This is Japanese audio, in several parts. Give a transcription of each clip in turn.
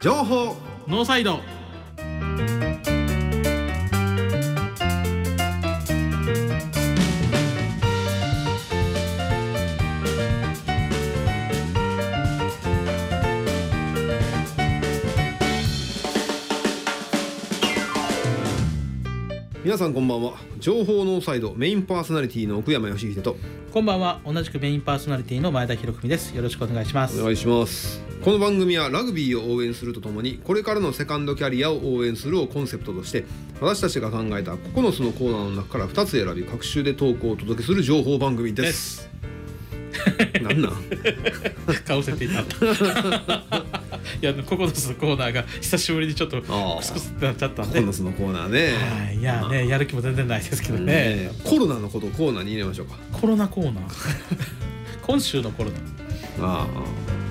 情報ノーサイド皆さんこんばんは情報ノーサイドメインパーソナリティの奥山義秀とこんばんは同じくメインパーソナリティの前田博文ですよろしくお願いしますお願いしますこの番組はラグビーを応援するとともにこれからのセカンドキャリアを応援するをコンセプトとして私たちが考えた9つのコーナーの中から2つ選び各週で投稿をお届けする情報番組でですす なんなんかぶせていたい やココナスのコーナーが久しぶりにちょっとあークスクスってなっちゃったんで9つのコーナーねはいいやねやる気も全然ないですけどねねコロナのことをコーナーに入れましょうかコロナコーナー今週のコロナああ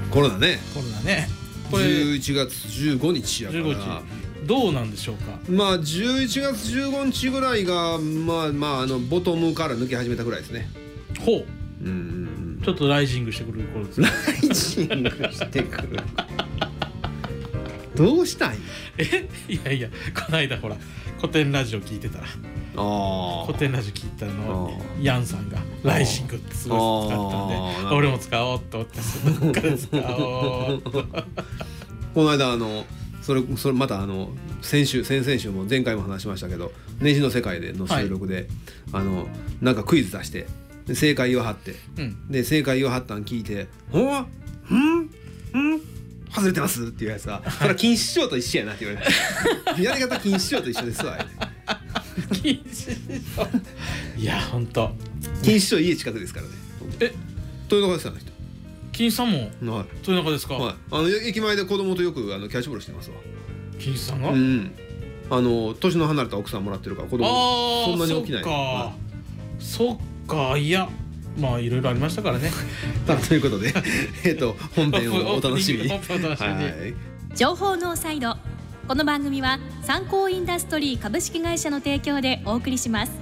コロナねコロナねこれ11月15日やか15ら日どうなんでしょうかまあ11月15日ぐらいがまあまああのボトムから抜け始めたぐらいですねほううんうんちょっとライジングしてくる 頃ですねうんライジングしてくるどうしたいえいやいやこの間ほら古典ラジオ聞いてたらあ古典ラジオ聞いたのをあヤンさんが「ライジング」ってすごい使ったんあーなるほでど俺も使おうと思ってそっから使おうとこの間あのそれそれまたあの先週先々週も前回も話しましたけど「ネジの世界」での収録で、あのなんかクイズ出してで正解を張ってうん で正解をはったん聞いて「ほんまうんうん外れてます」っていうやつは「それは錦糸町と一緒やな」って言われて「 やり方錦糸町と一緒ですわ」禁止しろいやほんと錦糸町家近くですからねえというのがですよあの人金さんもは豊中ですか、い、はい、あの駅前で子供とよくあのキャッチボールしてますわ金さんが、うんあの年の離れた奥さんもらってるから子供ああそんなに起きないそっか、はそっかいやまあいろいろありましたか らねいということで えっと本編をお楽しみにオープニングオープニングお楽しみにはい情報ノーサイドこの番組は参考インダストリー株式会社の提供でお送りします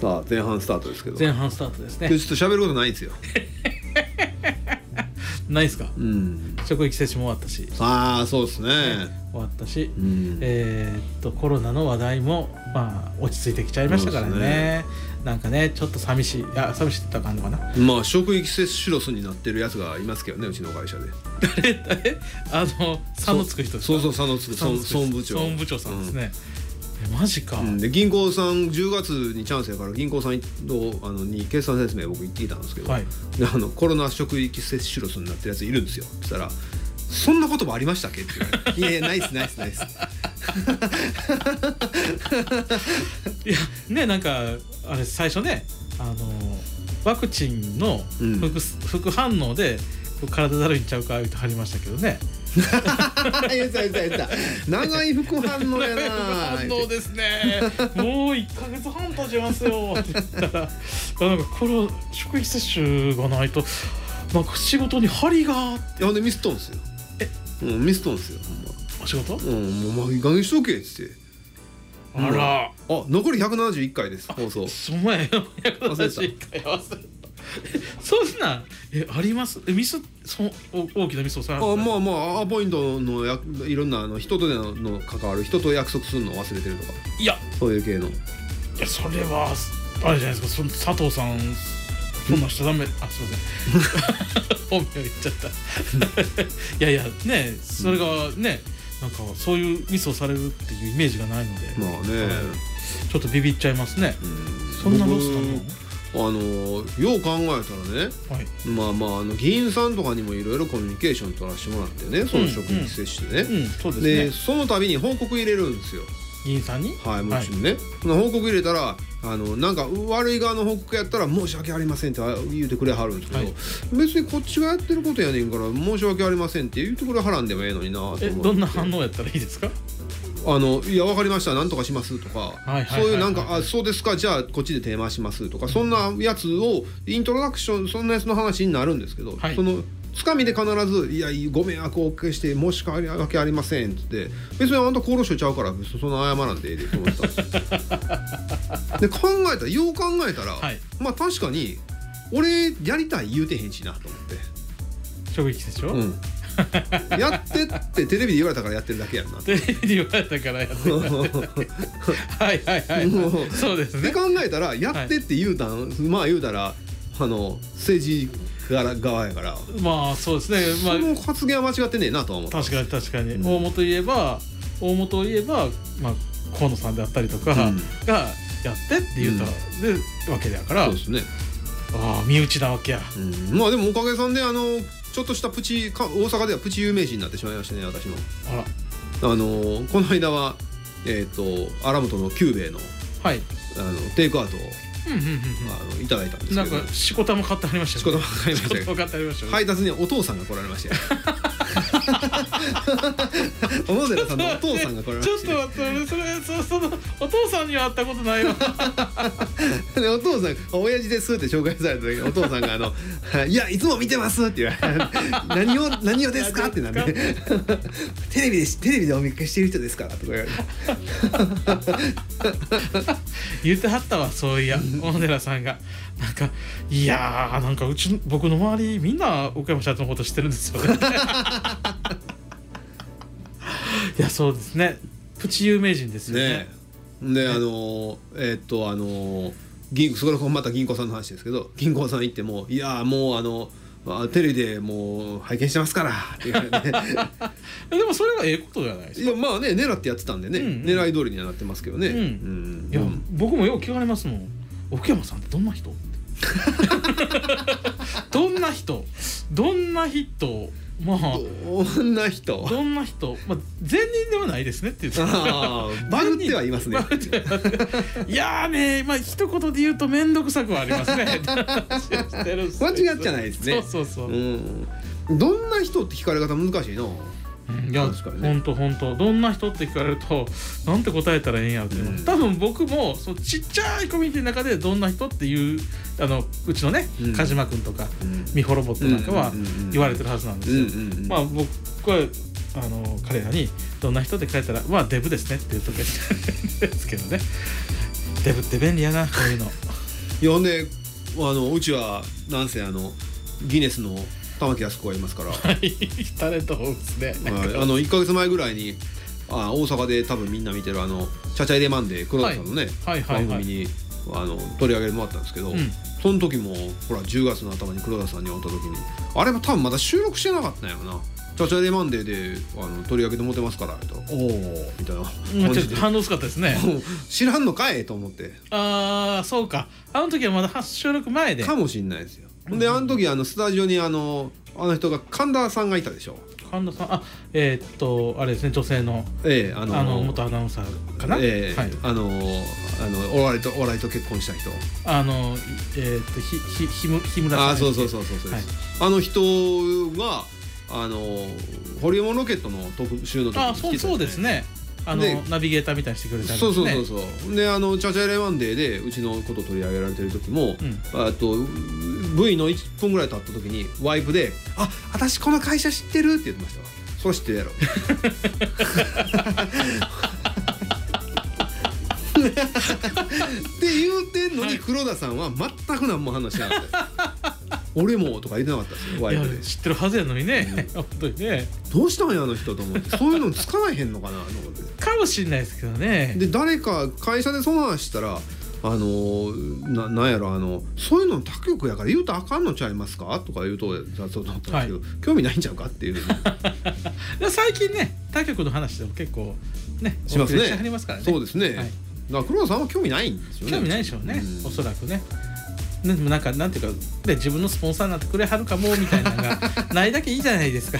さあ前半スタートですけど前今半スタートですね日ちょっと喋ることないんですよないですかうん職域接種も終わったしああそうですね終わったし、うんえーっとコロナの話題もまあ落ち着いてきちゃいましたからねそうですねなんかねちょっと寂しいあ寂しいって言ったらあかんのかなまあ職域接種ロスになってるやつがいますけどねうちの会社で誰誰あ の差のつく人ですかそうそうそう佐野つく差の孫つ孫部く人長孫部長さんですね、えマジか、うん、うんで銀行さん10月にチャンスやから銀行さんのあのに決算説明僕行ってきたんですけど、はいであのコロナ職域接種ロスになってるやついるんですよそしたら「そんな言葉ありましたっけ?」って言われて「いやいやないっすないっすないっ す」いやねなんかあれ最初ねあのワクチンの副,、うん副反応で体だるいんちゃうか言ってはりましたけどね言った言った言った長い副反応やな副反応ですねもう1か月半経ちますよって言ったらなんかこの職域接種がないとなんか仕事に針がいやほんでミスっとんすようん、ミスっとんすよほお仕事、んまうんもうまあいい加減にしとけっつってあら、あ残り171回です放送その前の役立ち会合わせそんなんえありますえミスそお大きなミスをさらあまあまあアポイントのやいろんなあの人とのの関わる人と約束するのを忘れてるとかいやそういう系のいやそれはあれじゃないですかその佐藤さんそんなんしちゃダメあすいません 本名言っちゃった いやいやねそれがねなんかそういうミスをされるっていうイメージがないので、まあね、ちょっとビビっちゃいますねうんそんなロスな僕あのよう考えたらねのはいまあまああの議員さんとかにもいろいろコミュニケーション取らせてもらってねその職域接種でうね、んそうですでねその度に報告入れるんですよ議員さんにはいもはいちろんね、その報告入れたらあのなんか悪い側の報告やったら「申し訳ありません」って言うてくれはるんですけど、はい別にこっちがやってることやねんから「申し訳ありません」って言うてくれはらんでもええのになと思ってえどんな反応やったらいいですかあのいや分かりましたなんとかしますとかはいはいはいはいそういうなんかあそうですかじゃあこっちでテーマしますとかそんなやつをイントロダクションそんなやつの話になるんですけど、はいそのつかみで必ず「いやご迷惑をおかけして申し訳ありません」っつって別にあんた厚労省ちゃうから別にそんな謝らんでええでと思 ってたんですよで考えたらよう考えたら、はいまあ確かに俺やりたい言うてへんしなと思って。職域でしょ、うん、やってってテレビで言われたからやってるだけやんなって。テレビで言われたからやってはいはいはいもうそうですでね考えたらやってって言うたん、まあ言うたらあの政治側側やから、まあそうですねそまのあ発言は間違ってねえなとは思った確かに確かに、うん大元言えば大元を言えば、まあ、河野さんであったりとかがうんやってって言うた、でわけだからそうですね、ああ身内なわけやうん、まあでもおかげさんであのちょっとしたプチか大阪ではプチ有名人になってしまいましたね私もあらあのこの間はえっ、と荒本の久兵衛のはいあのテイクアウトをうんうんうんあのいただいたんでうんすなけんどかしこたま買ってありました仕事よ分かりねましたけどしこたま買ってありましたよね配達にお父さんが来られま したよ。小野寺さんのお父さんが来られまちょっしとたよ。待ってそれそれそそのお父さんには会ったことないわでお父さん「親父です」って紹介された時にお父さんが「あの いやいつも見てます」って言われて 「何を何をですか?」ってな って「テレビでテレビでお見かけしてる人ですから」とか言われて言ってはったわそういや小野寺さんがなんかいやーなんかうちの僕の周りみんな岡山社長のこと知ってるんですよね いやそうですねプチ有名人ですよねねえであのえーっとあの銀それこそまた銀行さんの話ですけど銀行さん行っても「いやもうあのあテレビでもう拝見してますから」って言 われて。えでもそれはええことじゃないですいかやまあね狙ってやってたんでね、うんうん狙い通りにはなってますけどね、うんうんいや、うん僕もよく聞かれますもん奥山さんってどん な人ってどんな人どんな人まあどんな人どんな人、まあ、善人ではないです ねっていうあーバグってはいますねバグってはいますねいやーねまあ一言で言うと面倒くさくはあ りますね間間違っちゃないですねそうそうそう、うんどんな人って聞かれ方難しいないや確かにね本当本当どんな人って聞かれるとなんて答えたらええんやろって、うん多分僕もそうちっちゃいコミュニティの中でどんな人っていうあのうちのね、うん鹿島君とかうん美穂ロボットなんかはうんうんうんうん言われてるはずなんですうんよ、うんうんまあ僕はあの彼らに「どんな人?」って書いたら「まあデブ ですね」っていうとこですけどねデブって便利やなこういうのいやほんであのうちはなんせあのギネスの玉木康子がいますから、はいタレント多いですねはいあの1か月前ぐらいにあ大阪で多分みんな見てるあの「チャチャイレマンデー」黒田さんのね、はいはいはいはい番組にあの取り上げてもらったんですけど、うんその時もほら10月の頭に黒田さんに会った時にあれも多分まだ収録してなかったんやろな「チャチャイレマンデーで」あの取り上げてもらってますから」とおお」みたいなも感うちょっじでと反応薄かったです ね知らんのかいと思ってああそうかあの時はまだ収録前でかもしんないですよ。ほんであの時あのスタジオにあのあの人が神田さんがいたでしょ。神田さんあえーっとあれですね女性のええああのの元アナウンサーかな、ええはい、あのあのお笑いとお笑いと結婚した人あのえーっとひひひむ日村さんああそうそうそうそうそうはいあの人があのホリエモンロケットの特集の時あに来てたじゃなそういそうですねあのでナビゲーターみたいにしてくれたんですそねうそうそうそうであの「チャチャエレワンデー」でうちのこと取り上げられてる時も、うんあと V の1分ぐらい経った時にワイプで「あ私この会社知ってる」って言ってましたわそれ知ってるやろって言うてんのに黒田さんは全く何も話しなかった「俺も」とか言ってなかったですよワいイやプで知ってるはずやのにね、 本当にねどうしたんやあの人と思ってそういうのつかないへんのかなと思って。かもしれないですけどねで誰か会社でその話したら「あのーななんやろあのそういうの他局やから言うとあかんのちゃいますか?」とか言うと雑そうと思ったんですけど、興味ないんちゃうかっていうふう にで最近ね他局の話でも結構ねしますおね送りはりますからねそうですね、はいだから黒田さんは興味ないんですよね興味ないでしょうね、んおそらくねでもなんかなんていうかで自分のスポンサーになってくれはるかもみたいな のがないだけいいじゃないですか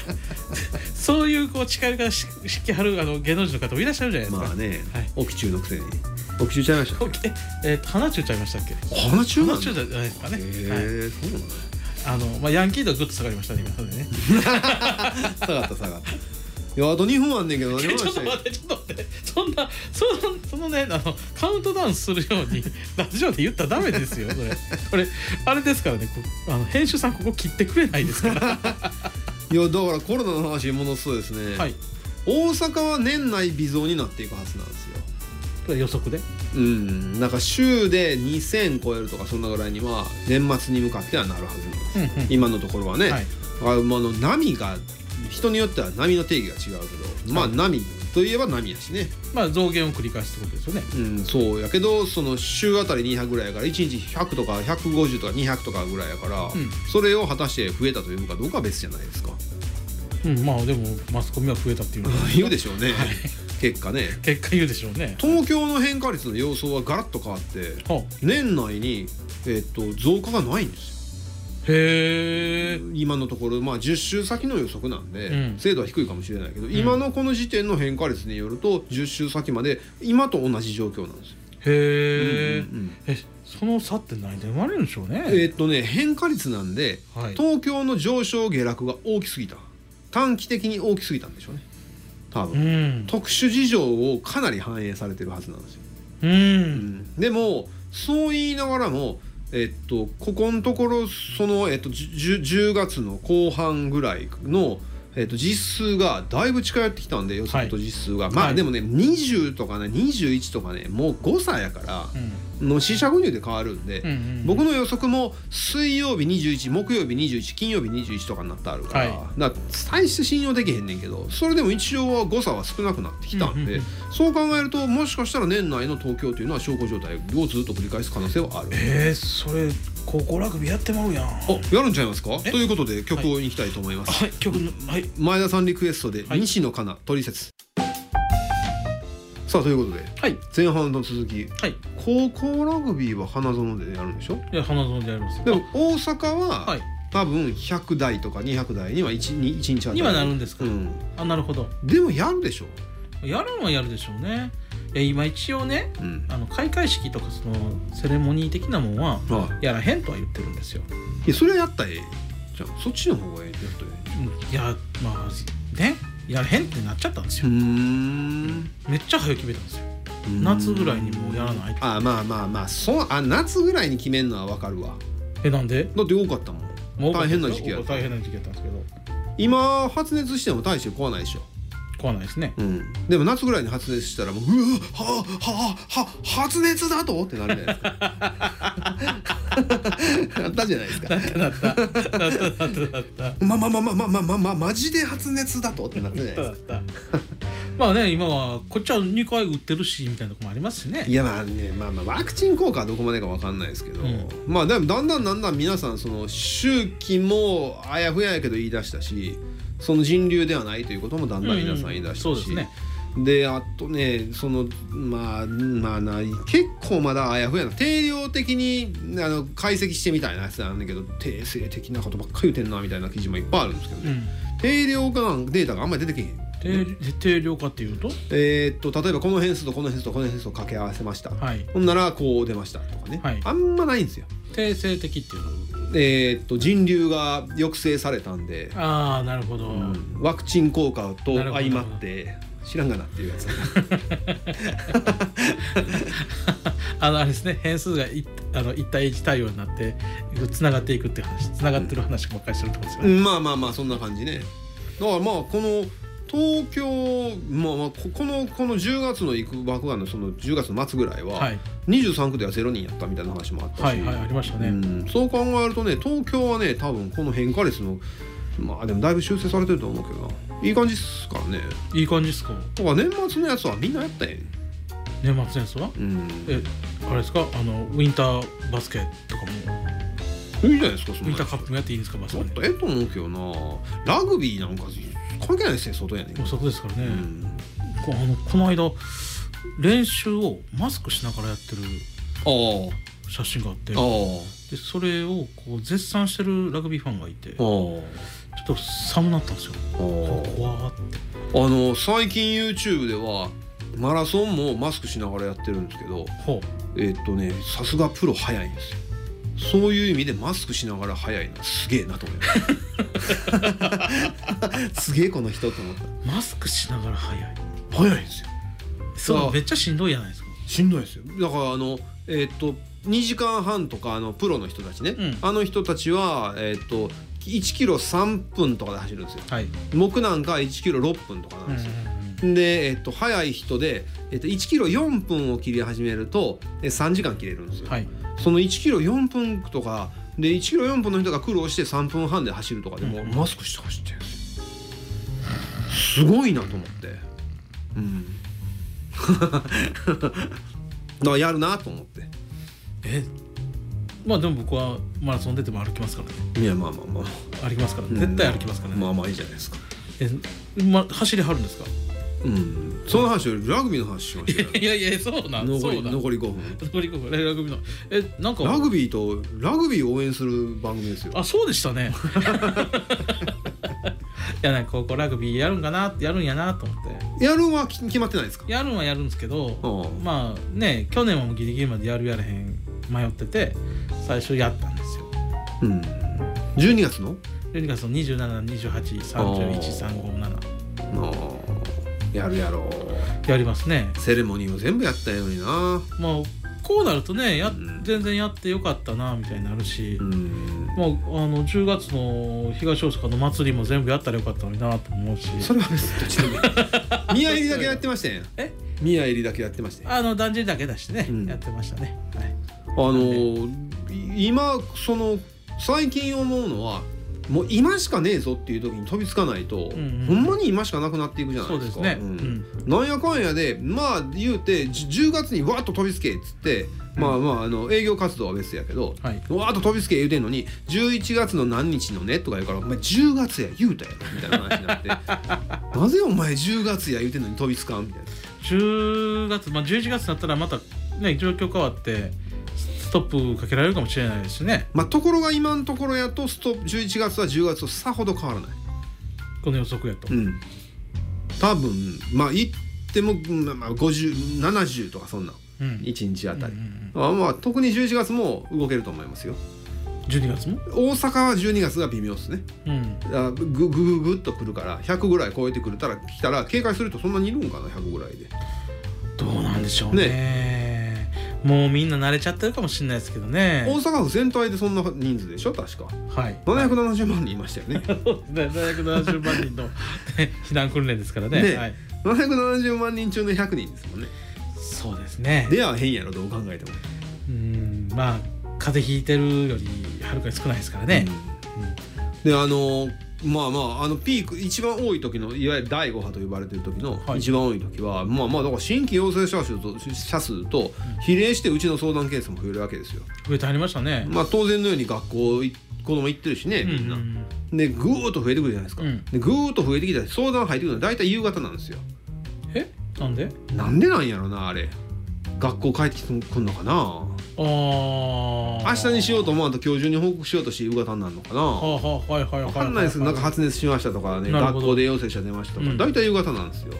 そういうこう力がししきはるあの芸能人の方もいらっしゃるじゃないですか、まあねはい沖中のくせに沖中ちゃいましたおええーと花中ちゃいましたっけ鼻中な花んだ中じゃないですかね、はいへえそうなんだあのまあ、ヤンキー度ぐっと下がりましたね今のでね下がった下がったいやあと2分あんねんけど何 ちょ話っしとたい待ってちょっと待ってそんなそのそのねあのカウントダウンするよう にラジオで言ったらダメですよそれこれあれですからねこあの編集さんここ切ってくれないで すからいやだからコロナの話ものすごいですね、はい大阪は年内微増になっていくはずなんですよこれ予測でうんなんか週で2000超えるとかそんなぐらいには年末に向かってはなるはずなんです、うんうん今のところはね、はいあまああの波が人によっては波の定義が違うけどまあはい波といえば波やしねまあ増減を繰り返すってことですよねうんそうやけどその週あたり200ぐらいやから1日100とか150とか200とかぐらいやから、んそれを果たして増えたというかどうかは別じゃないですかうんまあでもマスコミは増えたっていうのは 言うでしょうね、結果ね結果言うでしょうね東京の変化率の様相はガラッと変わっては年内に、えっと増加がないんですよあへえ今のところ、まあ、10週先の予測なんで、うん精度は低いかもしれないけど、今のこの時点の変化率によると10週先まで今と同じ状況なんですよ。へえ、うんうんうんえその差って何で生まれるんでしょうねえーっとね変化率なんで、はい東京の上昇下落が大きすぎた短期的に大きすぎたんでしょうね多分、うん特殊事情をかなり反映されてるはずなんですよ。うん、でもそう言いながらもえっとここのところその、えっと、10, 10月の後半ぐらいの、えっと、実数がだいぶ近寄ってきたんで予測と実数が、まあ、はいでもね20とかね21とかねもう誤差やからうんの四捨五入で変わるんで、うんうん僕の予測も水曜日21木曜日21金曜日21とかになってあるから,、はだから大して信用できへんねんけどそれでも一応は誤差は少なくなってきたんで、うんうんそう考えるともしかしたら年内の東京というのは小康状態をずっと繰り返す可能性はある。えー、それ高校ラグビーやってまうやんおはやるんちゃいますかえということで曲をいきたいと思います。い曲のはい前田さんリクエストではい西野カナトリセツさあということではい前半の続きはい高校ラグビーは花園でやるんでしょいや花園でやりますでも大阪は、はい多分100台とか200台には 1, に一日はにはなるんですか、うんあなるほどでもやるでしょ、やるんはやるでしょうねいや今一応ねうんあの開会式とかそのセレモニー的なもんははやらへんとは言ってるんですよい、いやそれはやったらええじゃあそっちの方がええやったらえいやまあねやらへんってなっちゃったんですえよめっちゃ早く決めたんですよ夏ぐらいにもうやらないってあまあまあまあそうあ夏ぐらいに決めんのはわかるわえなんでだって多かったもんもう大変な時期や僕大変な時期やったんですけど今発熱しても大して怖ないでしょ、怖ないですねうん、でも夏ぐらいに発熱したらもううわはあはあはあ発熱だとってなるじゃない ですかあったじゃないですかなったなったなったなった なったまあまあまあまあまあまあまあ、まあ、マジで発熱だとってなってないですか まあね今はこっちは2回打ってるしみたいなとこもありますしねいやまあねまあまあワクチン効果はどこまでかわかんないですけど、うんまあでもだんだんだんだん皆さんその周期もあやふややけど言い出したしその人流ではないということもだんだん皆さん言い出したし、うんうんそうですねであとねそのまあまあな結構まだあやふやな定量的にあの解析してみたいなやつなんだけど定性的なことばっかり言ってんなみたいな記事もいっぱいあるんですけど、うねん定量感データがあんまり出てけへん。定定量化っていうとえーっと例えばこの変数とこの変数とこの変数を掛け合わせました、はいほんならこう出ましたとかね、はいあんまないんですよ。定性的っていうのえーっと人流が抑制されたんで、ああなるほど、うんワクチン効果となるほど相まって知らんがなっていうやつあのあれですね変数がいあの1対1対応になってつながっていくっていう話つながってる話ばっかりしてるってことで すようね、んまあまあまあそんな感じね。だからまあこの東京、まあ、まあここのこの10月の行く爆破のその10月の末ぐらいは、はい23区では0人やったみたいな話もあったし、はいはいありましたね、うん、そう考えるとね東京はね多分この変化率のまあでもだいぶ修正されてると思うけどないい感じっすからねいい感じですかだから年末のやつはみんなやったやん、年末戦争はうん、えあれですかあのウィンターバスケとかもいいじゃないですかそウんィンなタやーつカップもやっていいんですかバスちょケっとええと思うけどなラグビーなんか関係ないですね外やねんもう外ですからね、うんこあのこの間練習をマスクしながらやってるああ写真があってああでそれをこう絶賛してるラグビーファンがいてちあょあっと寒なったんですよあ怖ーってああの最近 YouTube ではマラソンもマスクしながらやってるんですけどほうえっとねさすがプロ早いんですよそういう意味でマスクしながら早いなすげえなと思いました すげえこの人と思ったマスクしながら早い早いですよそそううめっちゃしんどいじゃないですかしんどいですよだからあのえーっと2時間半とかあのプロの人たちね、うんあの人たちはえーっと1キロ3分とかで走るんですよはい、僕なんか1キロ6分とかなんですよ、で、えっと、早い人で、えっと、1キロ4分を切り始めるとえ3時間切れるんですよ、はいその1キロ4分とかで1キロ4分の人が苦労して3分半で走るとかでもうんマスクして走ってるんですよすごいなと思ってうん だからやるなと思ってえまあでも僕はマラソン出ても歩きますからねいやまあまあまあ歩きますから絶対歩きますからね、まあまあいいじゃないですかえま走りはるんですかうんその話よりラグビーの話しましたよいやいやそうなん残 そりうなん残り5分残り5分ラグビーのえなんかラグビーとラグビーを応援する番組ですよあそうでしたね いやなんかこうラグビーやるんかなやるんやなと思ってやるんはき決まってないですかやるんはやるんですけど、うんまあね去年はもうギリギリまでやるやれへん迷ってて最初やったんですようん12月の12月の27283135やるやろやりますねセレモニーも全部やったようになまあこうなるとねやん全然やってよかったなみたいになるし、んまあ、あの10月の東大阪の祭りも全部やったらよかったのになと思うしそれは別にどっちでもいい宮入りだけやってましたやんえ宮入りだけやってましたやんああのだんじりだけ出してね、うんやってましたね、はい、のーい今その最近思うのはもう今しかねえぞっていう時に飛びつかないと、んほうんんまに今しかなくなっていくじゃなそいうでですすかね、ううんんなんやかんやでまあ言うてじ10月にわーっと飛びつけっつって、まあまああの営業活動は別やけど、はいわーっと飛びつけ言うてんのに11月の何日のねとか言うから「お前10月や言うたやろ」みたいな話になって 「なぜお前10月や言うてんのに飛びつかん」みたいな。 10月、まあ、11月になったらまたね状況変わってストップかけられるかもしれないですしねまあ、ところが今のところやとスト11月は10月とさほど変わらない。この予測やと、うん、多分まあ言っても、まあまあ、5070とかそんなうん1日あたり、うんうんまあまあ特に11月も動けると思いますよ。うん12月も、大阪は12月が微妙ですねうん、あぐぐぐぐっとくるから100ぐらい超えてくれたら来たら警戒するとそんなにいるんかな100ぐらいでどうなんでしょうねもうみんな慣れちゃってるかもしれないですけどね大阪府全体でそんな人数でしょ確か はい770万人いましたよね770万人のね避難訓練ですから ねねはい、 770万人中の100人ですもんねそうですねでは変やろどう考えてもうんまあ風邪ひいてるよりはるかに少ないですからね、うんであのまあまああのピーク一番多い時のいわゆる第5波と呼ばれてる時のはい一番多い時は、まあまあだから新規陽性者数と者数と比例してうちの相談件数も増えるわけですよ増えてありましたね、まあ、当然のように学校い子供行ってるしねうんみんな、うんうんでぐーっと増えてくるじゃないですか、うんでぐーっと増えてきたら相談入ってくるのは大体夕方なんですよえなんでなんでなんやろなあれ学校帰ってきてくんのかなあ明明日にしようと思わんと今日中に報告しようとして夕方になるのかなわはあはあはいはいはいはいかんないですなんか発熱しましたとかねなるほど学校で陽性者出ましたとうかん大体夕方なんですよ、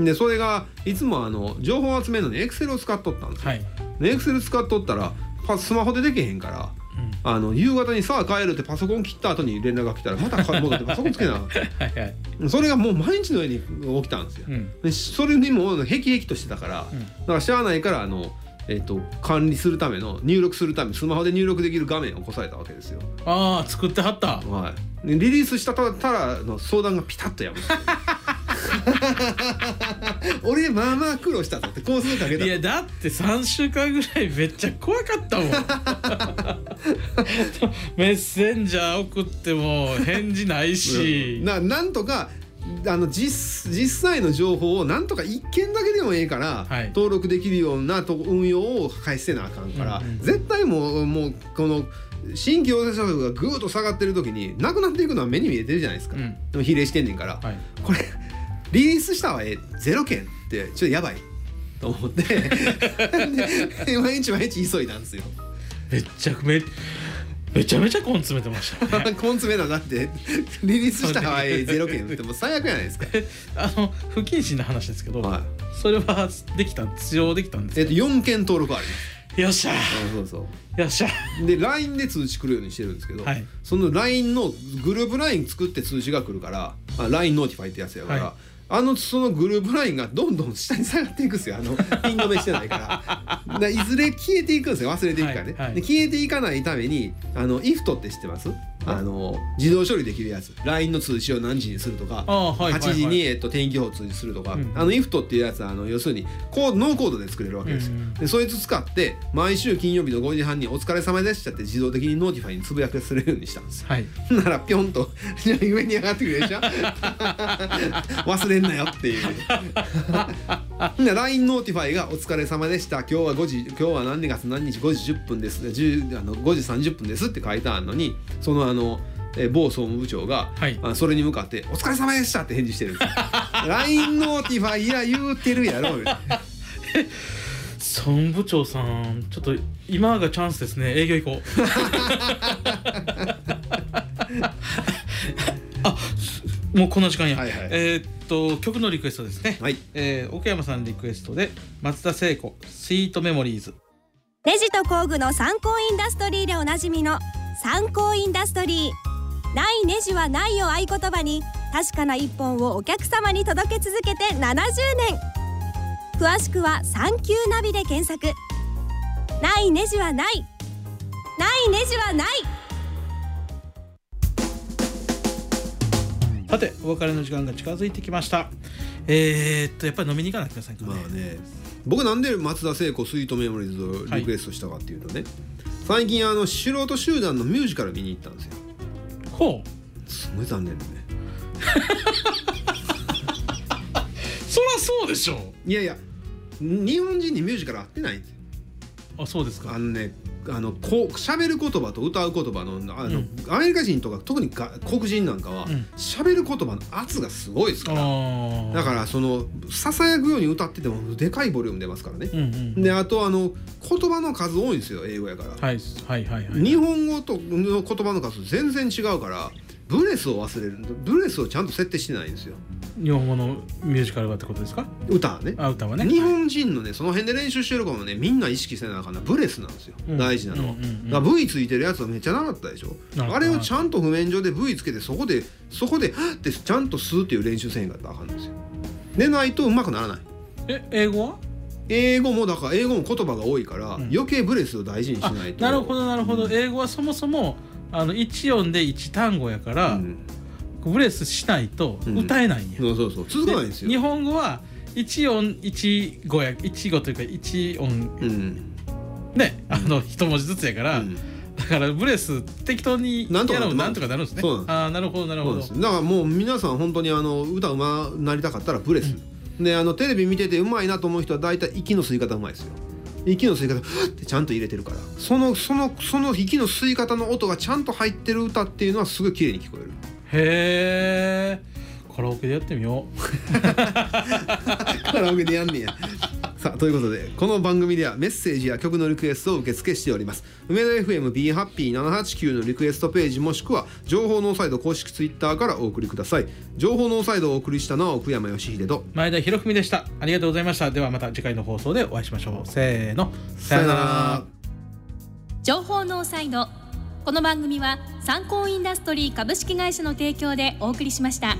でそれがいつもあの情報を集めるのにエクセルを使っとったんですよはい、エクセル使っとったらパスマホでできへんからうんあの夕方に「さあ帰る」ってパソコン切った後に連絡が来たらまたか戻ってパソコンつけな はいはいそれがもう毎日のように起きたんですようんでそれにもうへきへきとしてたから、うんだからしゃあないからあの、えっと管理するための入力するためスマホで入力できる画面を起こされたわけですよ、ああ作ってはったはい、でリリースしたたらの相談がピタッとやむんですよ 俺まあまあ苦労したぞってコースかけたいやだって3週間ぐらいめっちゃ怖かっ たもんメッセンジャー送っても返事ないし、ななんとかあの実実際の情報をなんとか1件だけでもええから、はい登録できるようなと運用を返してなあかんから、うんうん絶対もうもうこの新規陽性者数がぐーっと下がってる時になくなっていくのは目に見えてるじゃないですか、うんでも比例してんねんから、はい、これリリースしたはええゼロ件ってちょっとやばいと思って で毎日毎日急いだんですよ。めっちゃめめちゃめちゃ根詰めてましたね コンツメなだってリリースしたはええゼロ件ってもう最悪やないですか。あの不謹慎な話ですけど、はいそれはできた使用できたんですえっかと、4件登録ありよっしゃうんそうそうよっしゃで LINE で通知来るようにしてるんですけど、はいその LINE のグループ LINE 作って通知が来るからあ LINE ノーティファイってやつやから、はいあのそのグループ LINE がどんどん下に下がっていくんですよあの ピン止めしてないからでいずれ消えていくんですよ忘れていくからね、はいはいで消えていかないためにあの IFT って知ってますあの自動処理できるやつ LINE の通知を何時にするとか、あーはいはいはい8時に、えっと、天気予報を通知するとか、うんあの IFT っていうやつはあの要するにこうノーコードで作れるわけですよ、うんうんでそいつ使って毎週金曜日の5時半に「お疲れ様でした」って自動的にノーティファイにつぶやくするようにしたんですよはいならピョンと 上に上がってくるでしょ 忘れんなよっていう で LINE ノーティファイが「お疲れ様でした今日は5時今日は何月何日5時10分です10あの5時30分です」って書いてあるのにそのあのえー某総務部長が、はいあそれに向かって「お疲れ様でした」って返事してるんですよ LINE ノーティファイや言うてるや ろみたいな孫部長さんちょっと今がチャンスですね営業行こ うあもうこんな時間や、はいはいえーっと曲のリクエストですね、はいえー奥山さんリクエストで松田聖子「スイートメモリーズレジと工具の参考インダストリーでおなじみの参考インダストリーないネジはないを合言葉に確かな一本をお客様に届け続けて70年詳しくは「サンキューナビ」で検索ないネジはないないネジはない」さてお別れの時間が近づいてきましたえーっとやっぱり飲みに行かなきゃいけませんからまねあね僕なんで松田聖子スイートメモリーズをリクエストしたかっていうとね、最近あの素人集団のミュージカル見に行ったんですよほうすごい残念だねそらそうでしょいやいや日本人にミュージカル合ってないんですよあそうですかあのねあのこう喋る言葉と歌う言葉のあの、うんアメリカ人とか特にが黒人なんかはうん喋、る言葉の圧がすごいですあからーだからそのささやくように歌っててもでかいボリューム出ますからね、うんうんであとあの言葉の数多いんですよ英語やから、はいはいはいはい日本語との言葉の数全然違うからブレスを忘れるブレスをちゃんと設定してないんですよ日本語のミュージカルはってことですか歌はねあ歌はね日本人のねその辺で練習してる子もねみんな意識せなあかんなブレスなんですよ、うん大事なのは、うんうんうんだから V ついてるやつはめっちゃなかったでしょなかったあれをちゃんと譜面上で V つけてそこでそこで「ってちゃんと吸うっていう練習せんかったらあかんんですよでないとうまくならないえ英語は英語もだから英語も言葉が多いから、ん余計ブレスを大事にしないとなるほどなるほど、英語はそもそもあの1音で1単語やから、うんブレスしないとうん歌えないんや、そうそうそう続かないんです日よ、本語は1音1語や1語というか1音うんねあの一文字ずつやから、うんだからブレス適当になんとかなやってろうますなんとかなるんですねそうなんですああなるほどなるそほうどですだからもう皆さん本当にあの歌うまなりたかったらブレス、であのテレビ見ててうまいなと思う人は大体息の吸い方うまいですよ息の吸い方ふわってちゃんと入れてるからそのそのその息の吸い方の音がちゃんと入ってる歌っていうのはすごい綺麗に聞こえる へえカラオケでやってみようカラオケでやんね やさあということでこの番組ではメッセージや曲のリクエストを受け付けしております梅田 FMBHappy789 のリクエストページもしくは情報ノーサイド公式 Twitter からお送りください情報ノーサイドをお送りしたのは奥山義秀と前田博文でしたありがとうございましたではまた次回の放送でお会いしましょうせーのさよなら情報ノーサイドこの番組は参考インダストリー株式会社の提供でお送りしました。